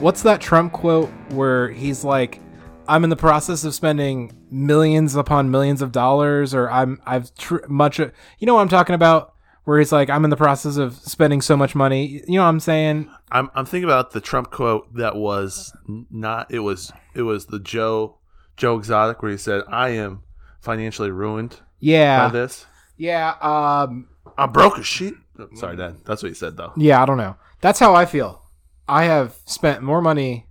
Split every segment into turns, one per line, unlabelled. what's that Trump quote where he's like, "I'm in the process of spending millions upon millions of dollars," or "I'm I've tr- much," you know what I'm talking about? Where he's like, "I'm in the process of spending so much money," you know what I'm saying?
I'm I'm thinking about the Trump quote that was not it was it was the Joe Joe Exotic where he said, "I am financially ruined by
Yeah,
this.
yeah, um,
I broke a sheet." Sorry, Dad. That's what he said though.
yeah. I don't know. That's how I feel. I have spent more money.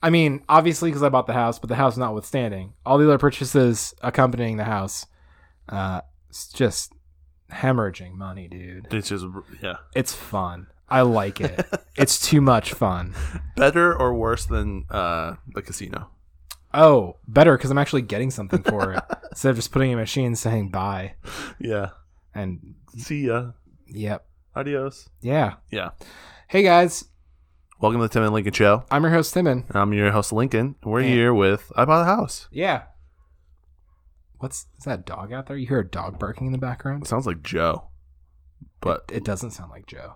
I mean, obviously because I bought the house, but the house notwithstanding, all the other purchases accompanying the house, uh, it's just hemorrhaging money, dude.
It's just yeah,
It's fun. I like it. it's too much fun.
better or worse than uh, the casino.
Oh, better because I'm actually getting something for it instead of just putting in a machine saying bye.
Yeah.
And
See ya.
yep,
Adios.
yeah,
Yeah.
Hey guys,
Welcome to the Tim and Lincoln Show.
I'm your host Timon.
I'm your host Lincoln. We're
Yeah.
here with I bought a house.
Yeah. What's is that dog out there? You hear a dog barking in the background?
Sounds like Joe, but
It doesn't sound like Joe.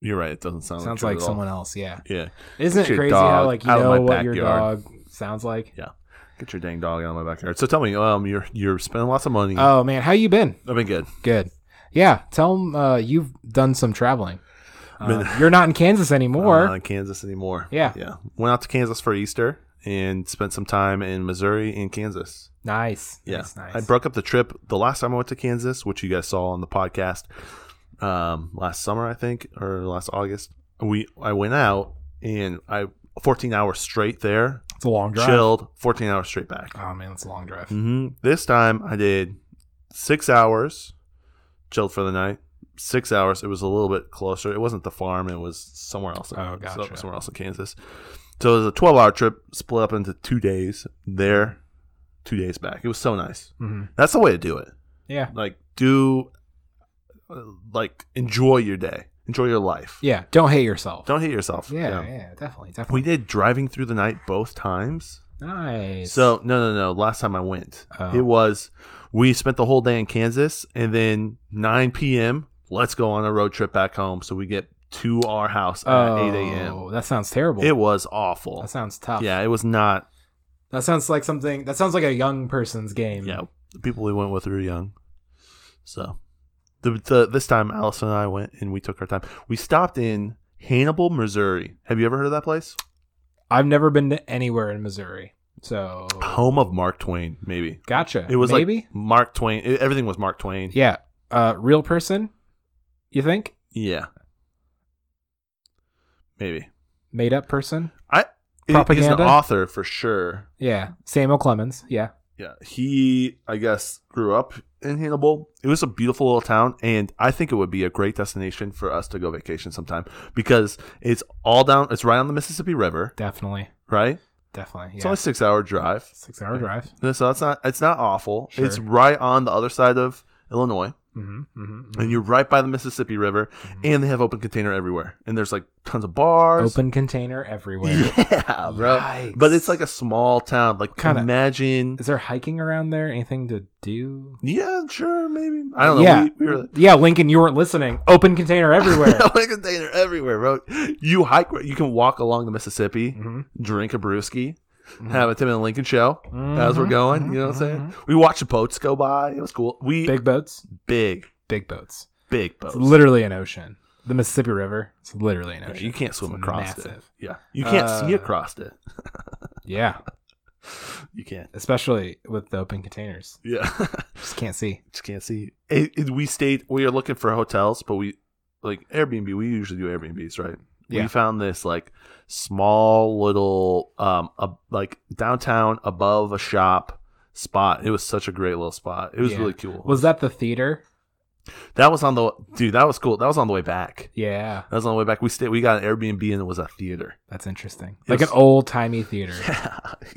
you're right. It doesn't sound
sounds like
like, Joe Oh, at all.
someone else. Yeah.
Yeah.
Isn't
Get
it
your
crazy
dog
how like you
out of my
know what your
backyard.
dog sounds like?
Get your dang dog out of my backyard. So tell me, um, you're you're spending lots of money.
Oh man, how you been?
I've been good.
Good. Yeah, tell them uh, you've done some traveling. Uh,
Been-
you're not in Kansas anymore.
I'm not Uh, in Kansas anymore.
Yeah.
yeah. Went out to Kansas for Easter and spent some time in Missouri and Kansas.
Nice.
Yeah,
Nice, nice.
I broke up the trip the last time I went to Kansas, which you guys saw on the podcast um, last summer, I think, or last August. We I went out and I 14 hours straight there,
it's a long drive.
chilled, 14 hours straight back.
Oh man, it's a long drive.
hmm This time I did six hours, chilled for the night. Six hours. It was a little bit closer. It wasn't the farm. It was somewhere else.
Oh, gotcha.
Somewhere else in Kansas. So it was a twelve-hour trip, split up into two days there, two days back. It was so nice.
hmm
That's the way to do it.
Yeah.
Like do, uh, like enjoy your day, enjoy your life.
Yeah. Don't hate yourself.
Don't hate yourself.
Yeah, yeah. Definitely.
We
Definitely.
did driving through the night both times.
nice.
So no, no, no. Last time I went,
Oh.
it was we spent the whole day in Kansas, and then 9 p.m. Let's go on a road trip back home. So we get to our house at
oh,
8 a.m.
That sounds terrible.
It was awful.
that sounds tough.
Yeah, it was not.
That sounds like something. That sounds like a young person's game.
Yeah, the people we went with were young. So the, the this time, Allison and I went, and we took our time. We stopped in Hannibal, Missouri. Have you ever heard of that place?
I've never been to anywhere in Missouri. So
Home of Mark Twain, maybe.
gotcha.
It was
Oh. maybe.
like Mark Twain. it- everything was Mark Twain.
yeah. Uh, real person. You think
Yeah. Maybe.
made up person?
I he- he's an
Propaganda?
author for sure.
Yeah. Samuel Clemens. Yeah.
Yeah. He I guess grew up in Hannibal. It was a beautiful little town and I think it would be a great destination for us to go vacation sometime because it's all down it's right on the Mississippi River,
Definitely.
right?
Definitely.
It's
Yeah.
only 6 hour drive.
Six hour drive.
So it's not it's not awful.
Sure.
It's right on the other side of Illinois
Mm-hmm, mm-hmm,
and you're right by the Mississippi River and they have open container everywhere. And there's like tons of bars.
Open container everywhere.
Yeah, bro.
Yikes.
But it's like a small town. Like,
Kinda-
imagine.
Is there hiking around there? Anything to do?
Yeah, sure, maybe. I don't know.
Yeah.
We, we were
Yeah, Lincoln, you weren't listening. Open container everywhere.
like container everywhere, bro. You hike. You can walk along the Mississippi,
Mhm.
drink a brewski,
Mhm.
have a Tim and Lincoln show as we're
Mhm,
going.
mhm,
You know what I'm saying?
mhm.
We watched the boats go by. It was cool. We big,
Big boats.
big,
Big boats.
big boats.
It's literally an ocean. The Mississippi River. It's literally an
Yeah,
ocean.
you can't swim
It's
across it.
massive.
Yeah, you can't see
Uh,
across it.
Yeah,
You can't.
especially with the open containers.
Yeah.
Just can't see.
just can't see. It, it- we stayed. We were looking for hotels, but we like Airbnb. We usually do Airbnbs, right?
Yeah.
We found this like small little um a, like downtown above a shop spot. It was such a great little spot. It was
Yeah.
really cool.
Was that the theater?
that was on the dude? That was cool. That was on the way back.
Yeah,
That was on the way back. We stayed. We got an Airbnb and it was a theater.
that's interesting.
It
Like
was-
an old timey theater.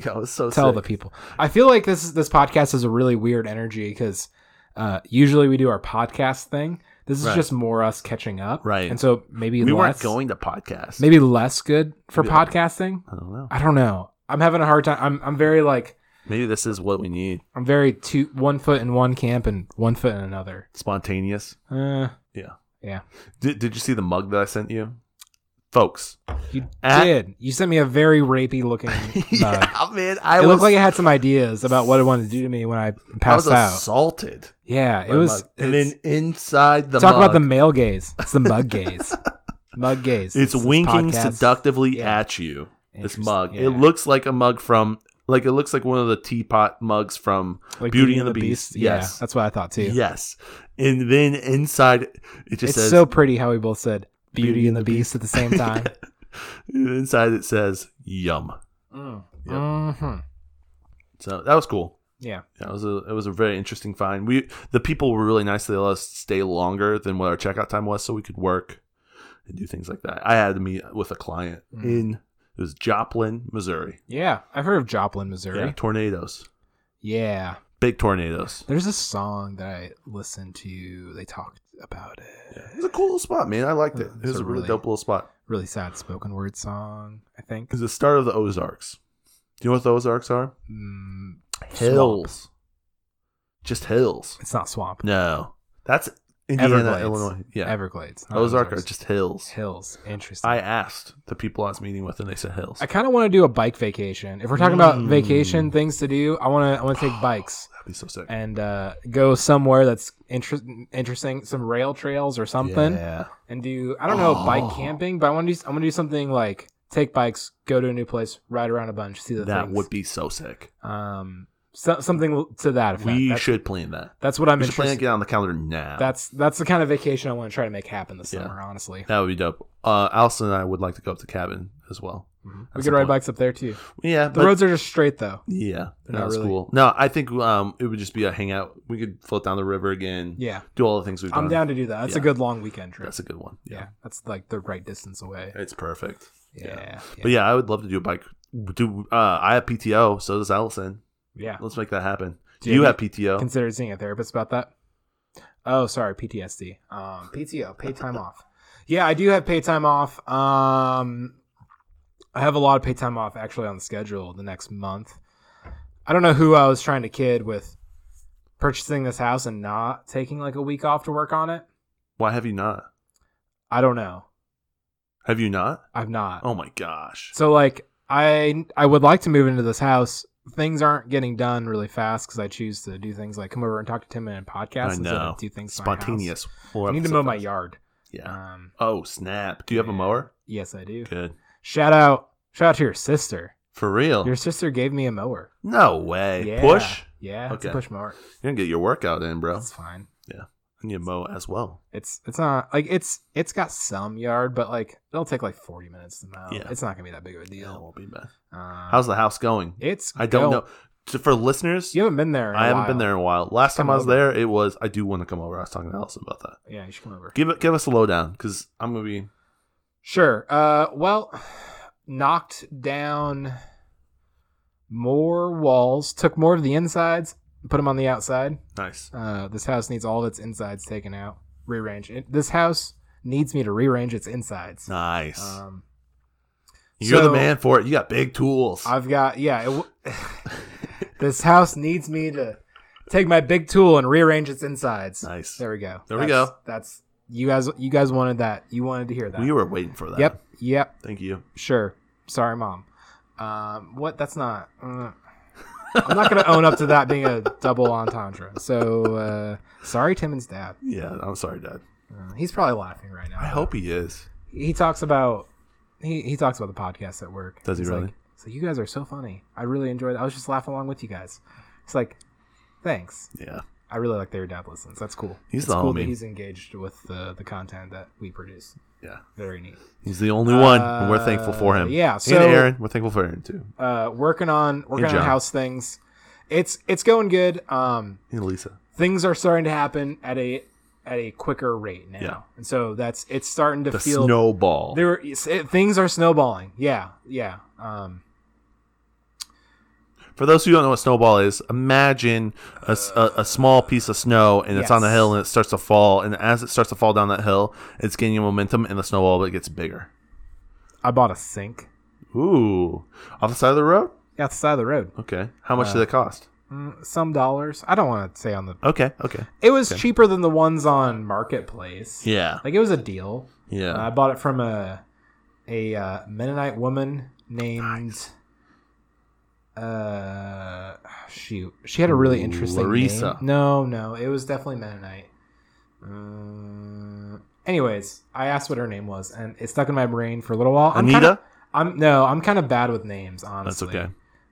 Yeah, it was so.
Tell
sick.
the people. I feel like this this podcast is a really weird energy because uh, usually we do our podcast thing. This is
Right.
just more us catching up,
Right.
And so maybe
we
less,
weren't going to podcast.
maybe less good for
Maybe-
podcasting.
I don't know.
I don't know. I'm having a hard time. I'm I'm very like
Maybe this is what we need.
I'm very two one foot in one camp and one foot in another.
Spontaneous.
Uh,
Yeah.
Yeah.
Did, did you see the mug that I sent you? folks.
You
At-
did. You sent me a very rapey looking. mug.
yeah, man, I
it
was
looked like it had some ideas about what it wanted to do to me when I
I was
passed out.
assaulted.
yeah, it
by
was.
mug. and then inside the
talk about the
mug,
male gaze. It's the mug gaze. mug gaze.
it's
this
winking
podcast.
seductively
Yeah.
at you. This
Interesting.
mug.
Yeah.
It looks like a mug from like it looks like one of the teapot mugs from
Like
Beauty and the Beast. Yes.
Yeah, that's what I thought too.
Yes. And then inside it just
it's
says
so pretty how we both said Beauty, and the Beast, at the same time.
inside it says yum.
Mm.
Yep.
Mhm.
So that was cool.
Yeah.
Yeah, it was a it was a very interesting find. We the people were really nice. They let us stay longer than what our checkout time was, so we could work and do things like that. I had to meet with a client
Mhm.
in it was Joplin, Missouri.
Yeah. I've heard of Joplin,
Yeah,
Missouri.
tornadoes,
yeah.
big tornadoes.
There's a song that I listened to. They talked about it.
It was a cool little spot, man. I liked it. It
It's
was
a
a really
really-
dope little spot.
Really sad spoken word song, I think.
It was the start of the Ozarks. Do you know what the Ozarks are?
Mm, swamp.
Hills, just hills.
It's not swamp.
No, that's Indiana,
Everglades.
Illinois. Yeah,
Everglades. not
Ozark are
Ozarks.
just hills.
hills. Interesting.
I asked the people I was meeting with, and they said hills.
I kind of want to do a bike vacation. If we're talking about
Mm. Oh.
vacation things to do, I want to I want to take bikes
That'd be so sick.
and uh, go somewhere that's inter- interesting, some rail trails or something,
Yeah.
and do I don't know bike
Oh.
camping, but I want to do I want to do something like take bikes, go to a new place, ride around a bunch, see the
That
things.
would be so sick.
um so, something to that effect.
we
that's,
should plan that.
that's what I'm
We should plan it,
interested.
get on the calendar now.
That's that's the kind of vacation I want to try to make happen this
Yeah.
summer. Honestly,
that would be dope. Uh, Allison and I would like to go up to cabin as well.
Mm-hmm. we could
That's the
ride
point.
bikes up there too.
Yeah,
The
but-
roads are just straight though.
Yeah,
They're not
that's
really-
cool. No, I think um, it would just be a hangout. We could float down the river again.
Yeah,
do all the things we've
I'm
done.
down to do that. That's a
Yeah.
good long weekend trip.
That's a good one.
Yeah.
Yeah,
that's like the right distance away.
it's perfect.
Yeah, yeah,
But yeah, I would love to do a bike. Do uh, I have PTO? So does Allison.
yeah.
Let's make that happen.
Do
Do
you
you have
have
PTO?
Considered seeing a therapist about that. Oh, sorry, PTSD. Um, PTO, paid time off. Yeah, I do have paid time off. Um, I have a lot of paid time off actually on the schedule the next month. I don't know who I was trying to kid with purchasing this house and not taking like a week off to work on it.
Why have you not?
I don't know.
Have you not?
I've not.
Oh my gosh.
So like I I would like to move into this house. Things aren't getting done really fast because I choose to do things like come over and talk to Tim and podcast.
I
instead of
know.
do things in my house.
Spontaneous.
I need to mow my yard.
Yeah.
Um,
Oh snap! Do you have a
Yeah.
mower?
yes, I do.
Good.
Shout out shout out to your sister.
For real?
Your sister gave me a mower.
No way.
Yeah.
Oh. Push.
Yeah, it's a
Okay.
push mower.
You didn't get your workout in, bro.
That's fine.
And you mow as well.
It's it's not like it's it's got some yard, but like it'll take like forty minutes to mow.
Yeah.
It's not gonna be that big of a
Yeah, it
deal.
won't be bad.
Um,
How's the house going?
it's?
I
go-
don't know. To- For listeners,
You haven't been there. in a
I haven't
while.
been there in a while. Last
Come
time I was
over.
there, it was. I do want to come over. I was talking to Allison about that.
Yeah, you should come over.
Give it. Give us a lowdown because I'm gonna be.
Sure. Uh, well, knocked down more walls, took more of the insides, put them on the outside.
Nice.
Uh, this house needs all of its insides taken out, rearranged. It, this house needs me to rearrange its insides.
Nice.
Um,
You're
so-
the man for it. You got big tools.
I've got yeah. It w- this house needs me to take my big tool and rearrange its insides.
nice.
There we go.
There we
That's-
go.
That's you guys. You guys wanted that. You wanted to hear that.
We were waiting for that.
Yep. Yep.
Thank you.
Sure. Sorry, mom. Um, what? That's not. Uh, I'm not going to own up to that being a double entendre. So uh, sorry, Tim and dad.
Yeah. I'm sorry, Dad.
Uh, he's probably laughing right now.
I hope he is.
he talks about he, he talks about the podcast at work.
Does he
He's
really?
Like, so you guys are so funny. I really enjoyed. I was just laughing along with you guys. It's like, thanks.
Yeah.
I really like that your dad listens. That's cool.
He's
it's
the
cool
homie.
that he's engaged with the the content that we produce.
Yeah.
Very neat.
He's the only one, and we're thankful for
Uh,
him.
yeah, so-
and Aaron, we're thankful for Aaron too.
uh, working on working on
John.
house things. It's it's going good. Um,
And Lisa.
things are starting to happen at a at a quicker rate now,
Yeah.
and so that's it's starting to
The
feel
snowball.
there. it's- It, things are snowballing. Yeah, yeah. Um,
For those who don't know what snowball is, imagine a, s- a- a small piece of snow and it's on a
Yes.
hill and it starts to fall. And as it starts to fall down that hill, it's gaining momentum and the snowball but it gets bigger.
I bought a sink
Ooh. Off the side of the road?
out the side of the road.
Okay. How
Uh,
much did it cost?
Mm, some dollars. I don't want to say on the.
Okay. Okay.
It was cheaper than the ones on marketplace.
Yeah.
Like Uh, it was a deal.
Yeah.
I bought it from a a a uh, Mennonite woman named. Uh, shoot, she had a really interesting
Larissa.
name. No, no, it was definitely Mennonite. Uh, anyways, I asked what her name was, and it stuck in my brain for a little while. I'm
Anita?
kinda- I'm no, I'm kind of bad with names, honestly.
okay.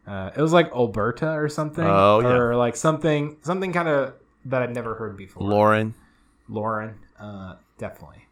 Uh, it was like Alberta or something,
Oh, yeah.
or like something, something kind of that I'd never heard before.
Lauren.
Lauren, uh, definitely.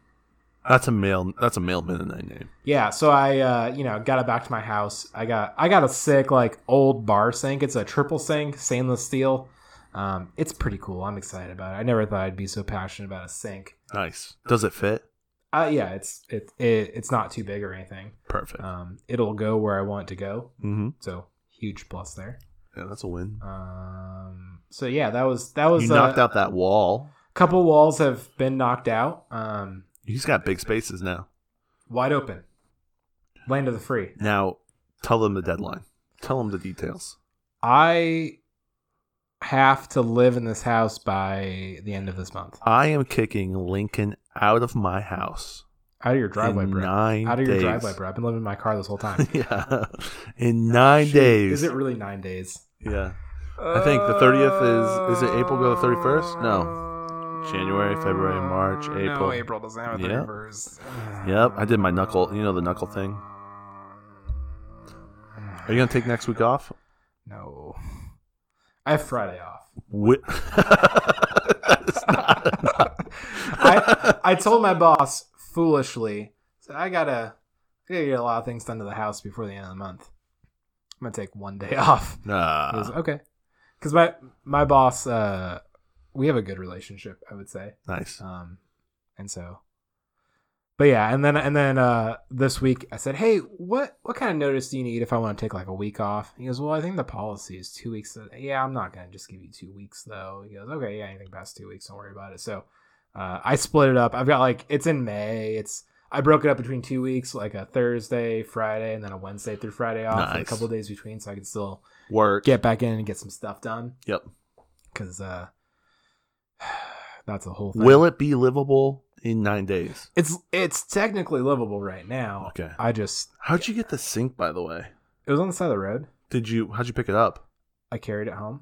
That's a male. That's a male Mennonite name.
Yeah, so I uh, you know got it back to my house. I got I got a sick like old bar sink. It's a triple sink, stainless steel. Um, it's pretty cool. I'm excited about it. I never thought I'd be so passionate about a sink.
Nice. Does it fit?
Uh, yeah, it's it, it it's not too big or anything.
Perfect.
Um, it'll go where I want it to go.
mm-hmm.
So huge plus there.
Yeah, that's a win.
Um, so yeah, that was that was
You
uh,
knocked out that wall.
couple walls have been knocked out. Um,
He's got big spaces now.
wide open, land of the free.
Now, tell them the deadline. Tell them the details.
I have to live in this house by the end of this month.
I am kicking Lincoln out of my house
Out of your driveway,
in
bro.
nine
Out of your
days.
driveway, bro. I've been living in my car this whole time.
yeah, in nine
Shoot,
days.
Is it really nine days?
Yeah, I think the 30th is- is it April go to 31st?
No.
January, February, March, April.
Uh, No, April doesn't have a
Yeah.
31st.
Yep, I did my knuckle- you know, the knuckle thing. are you gonna take next week off?
No. I have Friday off.
Wi- That is not
I, I told my boss foolishly, so I gotta, I gotta get a lot of things done to the house before the end of the month. I'm gonna take one day off. He was
Nah.
okay, because my my boss, uh, we have a good relationship, I would say.
nice.
Um, and so, but yeah, and then and then uh, this week I said, hey, what what kind of notice do you need if I want to take like a week off? He goes, well, I think the policy is two weeks. Yeah, I'm not gonna just give you two weeks though. He goes, okay, yeah, anything past two weeks, don't worry about it. So, uh, I split it up. I've got like it's in May. It's I broke it up between two weeks, like a Thursday, Friday, and then a Wednesday through Friday off, with a
Nice.
couple of days between, so I can still
Work.
get back in and get some stuff done.
Yep.
Because uh, that's a whole thing.
Will it be livable in nine days?
It's it's technically livable right now.
Okay.
I just
How'd you get the sink, by the way?
it was on the side of the road.
Did you? How'd you pick it up?
I carried it home.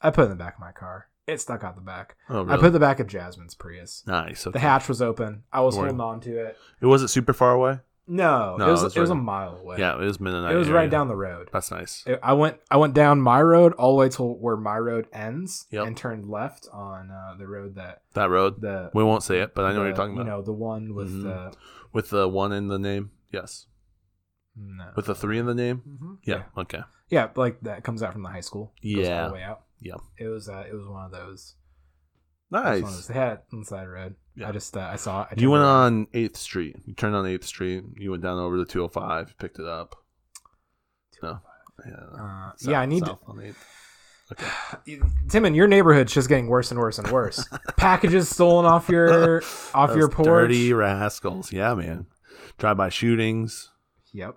I put it in the back of my car. It stuck out the back.
Oh,
I put it in the back of Jasmine's Prius.
nice.
The
Okay.
hatch was open. I was
Don't worry.
holding on to it.
it wasn't super far away.
No,
No,
it was
that's
it was a
right.
mile away.
Yeah, it was midnight.
it was right down the road.
That's nice.
It- I went I went down my road all the way to where my road ends
Yep.
and turned left on uh, the road that
That road.
the
We won't say it, but I know what you're
the-
talking about.
You know the one with
Mhm.
the
With the one in the name, yes.
no.
With the three in the name,
Mhm.
yeah. Okay.
Yeah, like that comes out from the high school. Goes
Yeah.
all the way out.
Yeah.
it was. Uh, it was one of those. it was one of those-
Nice.
They had it on the side of the road.
Yeah.
I just uh, I saw it. I
You
turned
went
around.
on Eighth Street. You turned on Eighth Street. You went down over to 205. Picked it up. No. Yeah.
Uh,
South-
yeah, I need.
south on 8th. Okay.
Tim, in your neighborhood's just getting worse and worse and worse. Packages stolen off your off your
Those
porch.
Dirty rascals. Yeah, man. Drive-by shootings.
Yep.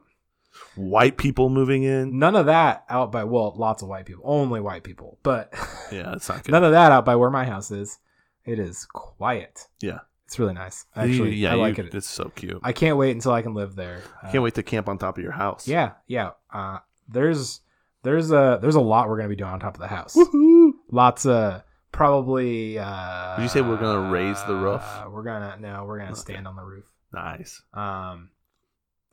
White people moving in.
None of that out by well, lots of white people, only white people, but
Yeah, it's not good.
none of that out by where my house is. It is quiet.
Yeah.
it's really nice.
You-
Actually,
yeah,
I like
you-
it.
It's so cute. I
I can't wait until I can live there. Uh,
can't wait to camp on top of your house.
Yeah, yeah. Uh, there's there's a there's a lot we're gonna be doing on top of the house.
Woohoo!
Lots of probably. Uh,
Did you say we're gonna raise the roof?
Uh, we're gonna no, we're gonna
Okay.
stand on the roof.
Nice.
Um,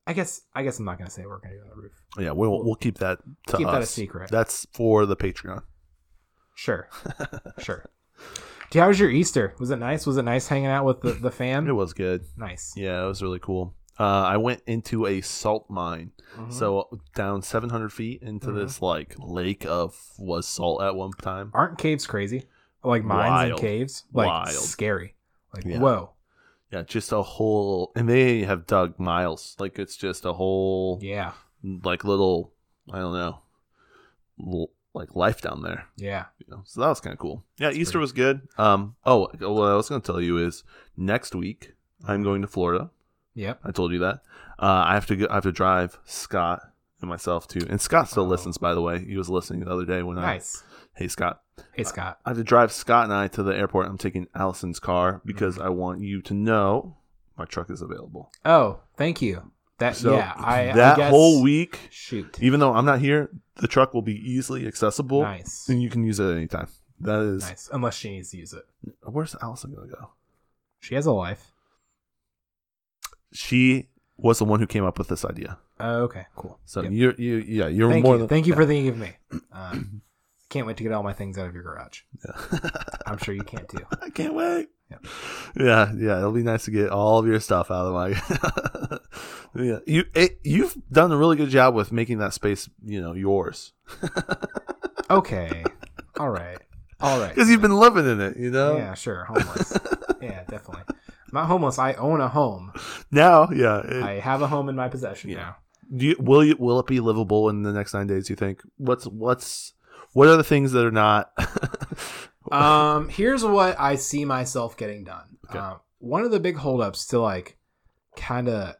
I guess I guess I'm not gonna say we're gonna do on the roof.
Yeah, we'll we'll keep that to
Keep
us.
that a secret.
That's for the Patreon.
Sure, sure. Dude, how was your Easter? Was it nice? Was it nice hanging out with the the
It
fam?
was good.
Nice.
Yeah, it was really cool. Uh, I went into a salt mine,
Mhm.
so down 700 feet into
Mhm.
this like lake of was salt at one time.
aren't caves crazy? Like mines and
Wild.
caves, like
Wild.
scary. Like
Yeah.
whoa,
Yeah, just a whole, and they have dug miles. Like it's just a whole
yeah,
like little, I don't know, l- like life down there.
yeah.
You know, so that was kind of cool. Yeah,
That's
Easter
pretty-
was good. Um, oh, what I was gonna tell you is next week I'm going to Florida.
Yep.
I told you that. Uh, I have to go, I have to drive Scott and myself too. And Scott still
Oh.
listens, by the way. He was listening the other day when
Nice.
I hey Scott.
Hey Scott.
I have to drive Scott and I to the airport. I'm taking Mm-hmm. Allison's car because I want you to know my truck is available.
Oh, thank you. That
So
yeah, I
that
I guess,
whole week,
Shoot,
even though I'm not here, the truck will be easily accessible,
nice,
and you can use it at any time. That is
nice. Unless she needs to use it,
where's Allison gonna go?
she has a life.
She was the one who came up with this idea.
Oh, okay, cool.
So
Yep.
you're you yeah you're
thank
more
you.
than
thank you for thinking of me. Um, can't wait to get all my things out of your garage. I'm sure you can't too.
I can't wait.
Yeah.
Yeah, yeah, it'll be nice to get all of your stuff out of my. yeah, you it, you've done a really good job with making that space, you know, yours
Okay, all right, all right.
because you've been living in it. You know,
yeah, sure, homeless. yeah, definitely. I'm not homeless. I own a home.
now, yeah, it-
I have a home in my possession
Yeah.
now.
do you, will you will it be livable in the next nine days? You think what's what's what are the things that are not?
um here's what i see myself getting done
Okay.
um, one of the big holdups to like kind of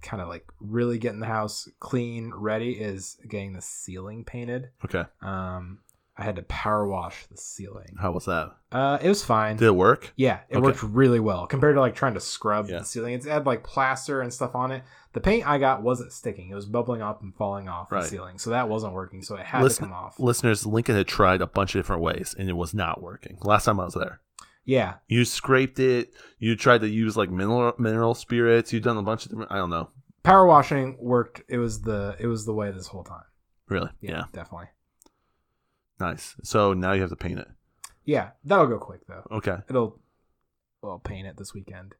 kind of like really getting the house clean ready is getting the ceiling painted
okay,
um i had to power wash the ceiling
how was that?
uh it was fine
Did it work?
yeah it
Okay.
worked really well compared to like trying to scrub
Yeah.
the ceiling it's it had like plaster and stuff on it the paint i got wasn't sticking it was bubbling up and falling off
Right.
the ceiling so that wasn't working so it had
Listen-
to come off
Listeners, Lincoln had tried a bunch of different ways and it was not working. Last time I was there.
yeah
You scraped it. You tried to use like mineral mineral spirits. You've done a bunch of different. I don't know.
power washing worked it was the it was the way this whole time
Really?
yeah,
Yeah.
definitely
Nice. So now you have to paint it.
yeah that'll go quick though
Okay.
it'll well paint it this weekend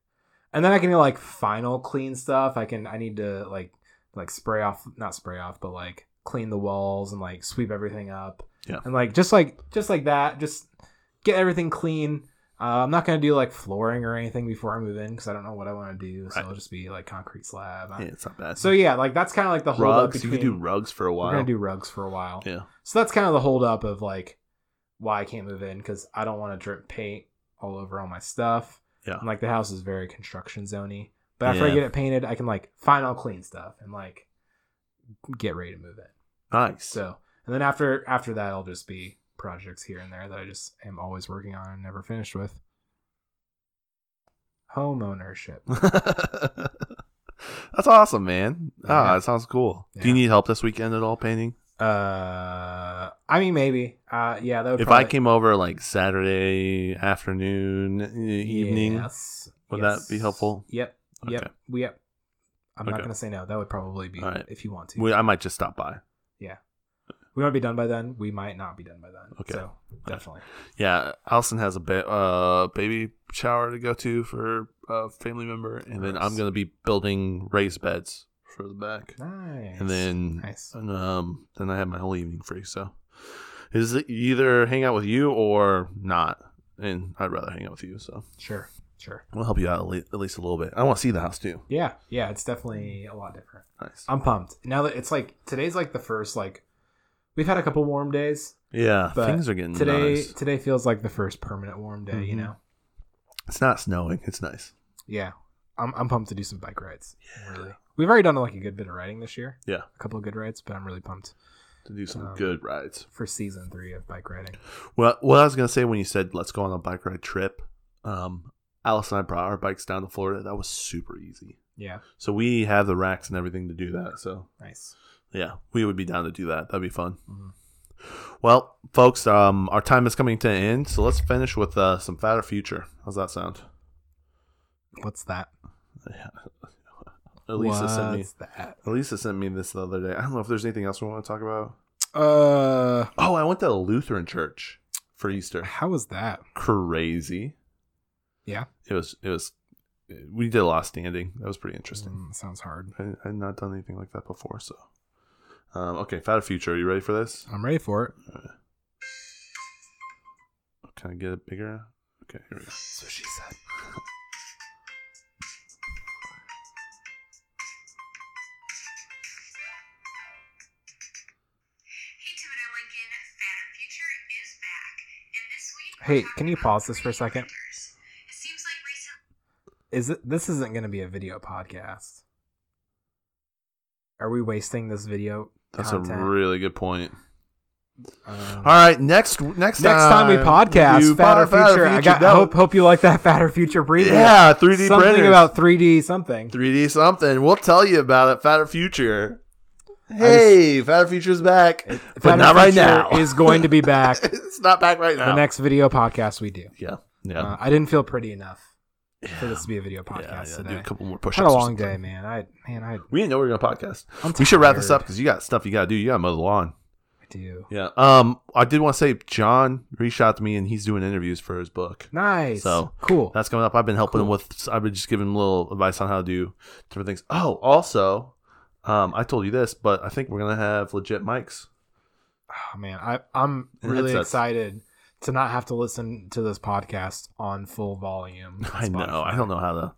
and then i can do like final clean stuff i can i need to like like spray off not spray off but like clean the walls and like sweep everything up
Yeah.
and like just like just like that just get everything clean uh, i'm not gonna do like flooring or anything before i move in because i don't know what i want to do so
Right.
it'll just be like concrete slab
Yeah, it's not bad.
so yeah like that's kind of like the whole
rugs. You could do rugs for a
we're
while.
gonna do rugs for a while
yeah.
so that's kind of the holdup of like why I can't move in because I don't want to drip paint all over all my stuff.
Yeah.
And, like the house is very construction zony. But after I
Yeah.
get it painted, I can like final clean stuff and like get ready to move in.
Nice.
So and then after after that, I'll just be projects here and there that I just am always working on and never finished with. Home ownership.
That's awesome, man. Ah,
Yeah.
that sounds cool. Do
Yeah.
you need help this weekend at all painting?
Uh, I mean maybe. Uh, yeah, that would.
if I
probably-
came over like Saturday afternoon, e- evening,
Yes.
Would that be helpful?
Yep.
Okay.
Yep. We Yep. I'm not
Okay.
going to say no. That would probably be
All right.
if you want to.
we, I might just stop by.
we might be done by then. We might not be done by then.
Okay.
So definitely.
Yeah, Allison has a ba- uh, baby shower to go to for a family member, and then I'm
Nice.
gonna be building raised beds for the back,
Nice.
and then
Nice.
and, um then I have my whole evening free. So, is it either hang out with you or not? And I'd rather hang out with you. So
Sure. Sure.
we'll help you out at le- at least a little bit. I want to see the house too.
Yeah. Yeah. It's definitely a lot different.
Nice.
I'm pumped. Now that it's like today's like the first like we've had a couple warm days.
yeah,
but
things are getting
Today
nice.
today feels like the first permanent warm day. You
Mhm.
know.
It's not snowing. It's nice.
Yeah. I'm, I'm pumped to do some bike rides. Really. We've already done like a good bit of riding this year.
Yeah.
A couple of good rides, but I'm really pumped
To do some
Um,
good rides.
for season three of bike riding.
Well, what I was gonna say when you said let's go on a bike ride trip, um, Alice and I brought our bikes down to Florida. That was super easy.
Yeah.
So we have the racks and everything to do that. So
Nice.
yeah, we would be down to do that. That'd be fun.
Mhm.
Well, folks, um, our time is coming to an end. So let's finish with uh, some fatter future. How's that sound?
What's that?
Elisa sent me.
What's that?
Elisa sent me this the other day. I don't know if there's anything else we want to talk about.
Uh,
Oh, I went to a Lutheran church for Easter.
how was that?
crazy.
Yeah.
It was it was we did a lot of standing. That was pretty interesting.
Mm, sounds hard.
I I had not done anything like that before, so um, okay, Fat Future, are you ready for this?
I'm ready for it.
Can I get it bigger? Okay, here we go.
So she said.
Hey, Tim and I, Lincoln. Fat and Future is back, and this week. we're
Hey,
talking
can you
about
pause this for a
creative
second?
writers. It seems like recently
Is it? This isn't going to be a video podcast. Are we wasting this video?
That's
content?
a really good point.
Um,
All right, next next
next time we podcast,
you-
fatter,
Fatter
future. I got,
that
hope
was-
hope you like that fatter future preview.
yeah, 3D
something
printers.
about 3D something.
3D something. We'll tell you about it. Fatter Future.
just-
Hey, Fatter Future's back, but
Fatter
not right
Future
now.
is going to be back
it's not back right now.
the next video podcast we do.
yeah, yeah.
Uh, I didn't feel pretty enough for this to be a video podcast
yeah, yeah.
today.
Do a couple more push-ups.
Had a
or
long
something.
day, man. I man, I
We didn't know we were gonna podcast.
I'm
We should wrap this
tired.
up because you got stuff you gotta do. You gotta mow the lawn.
I do.
Yeah. Um, I did want to say John reached out to me and he's doing interviews for his book.
Nice.
So,
cool.
That's coming up. I've been helping him with. I've been just giving him little advice on how to do different things. Oh, also, um, I told you this, but I think we're gonna have legit mics.
Oh man, I I'm
And
really
headsets.
excited to not have to listen to this podcast on full volume. on
I know. I
Spotify.
don't know how to.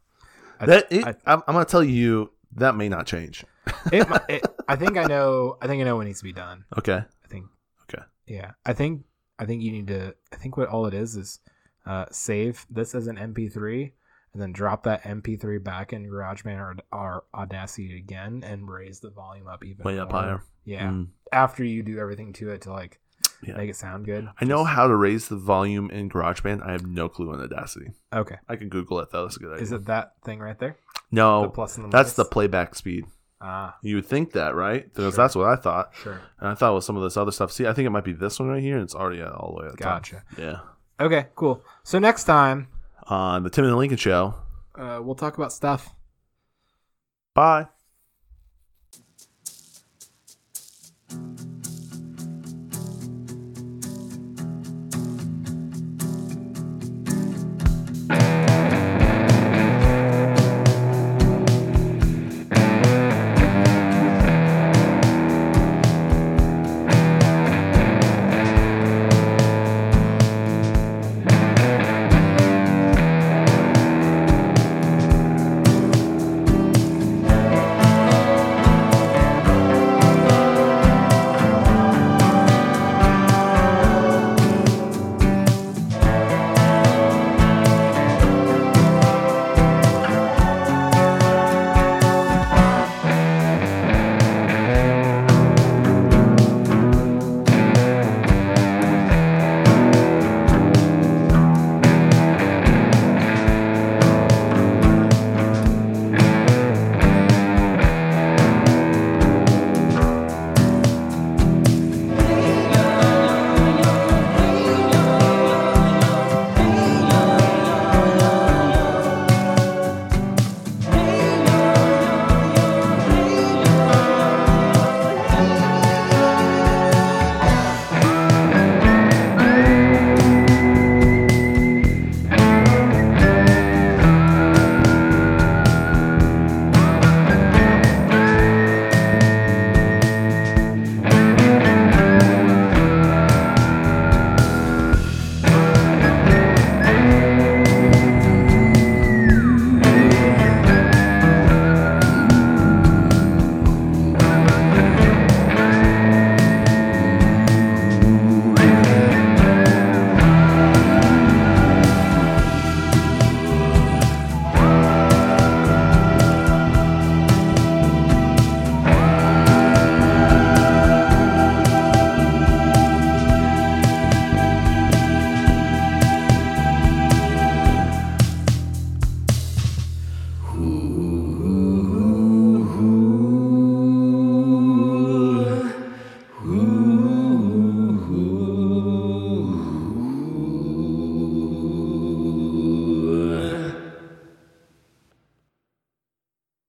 I-
that it,
I-
I'm, I'm gonna tell you that may not change.
It mi- it- I think I know. I think I know what needs to be done.
Okay.
I think.
Okay.
Yeah, I think I think you need to. I think what all it is is uh, save this as an MP3 and then drop that MP3 back in GarageBand or, or Audacity again and raise the volume up even
Way up
more.
higher.
Yeah,
Mm.
after you do everything to it to like
Yeah.
make it sound good.
I know
Just-
how to raise the volume in GarageBand. I have no clue on Audacity.
Okay,
I can Google it though. That's a good idea.
is it that thing right there?
no,
the plus and the
Oh, that's the
minus?
playback speed.
ah
You would think that, right? Because
Sure.
that's what I thought.
sure
And I thought with some of this other stuff. See, I think it might be this one right here, and it's already at all the way at the
gotcha.
top. Yeah.
Okay, cool. So next time
Uh, On the Tim and the Lincoln Show.
uh, we'll talk about stuff.
Bye.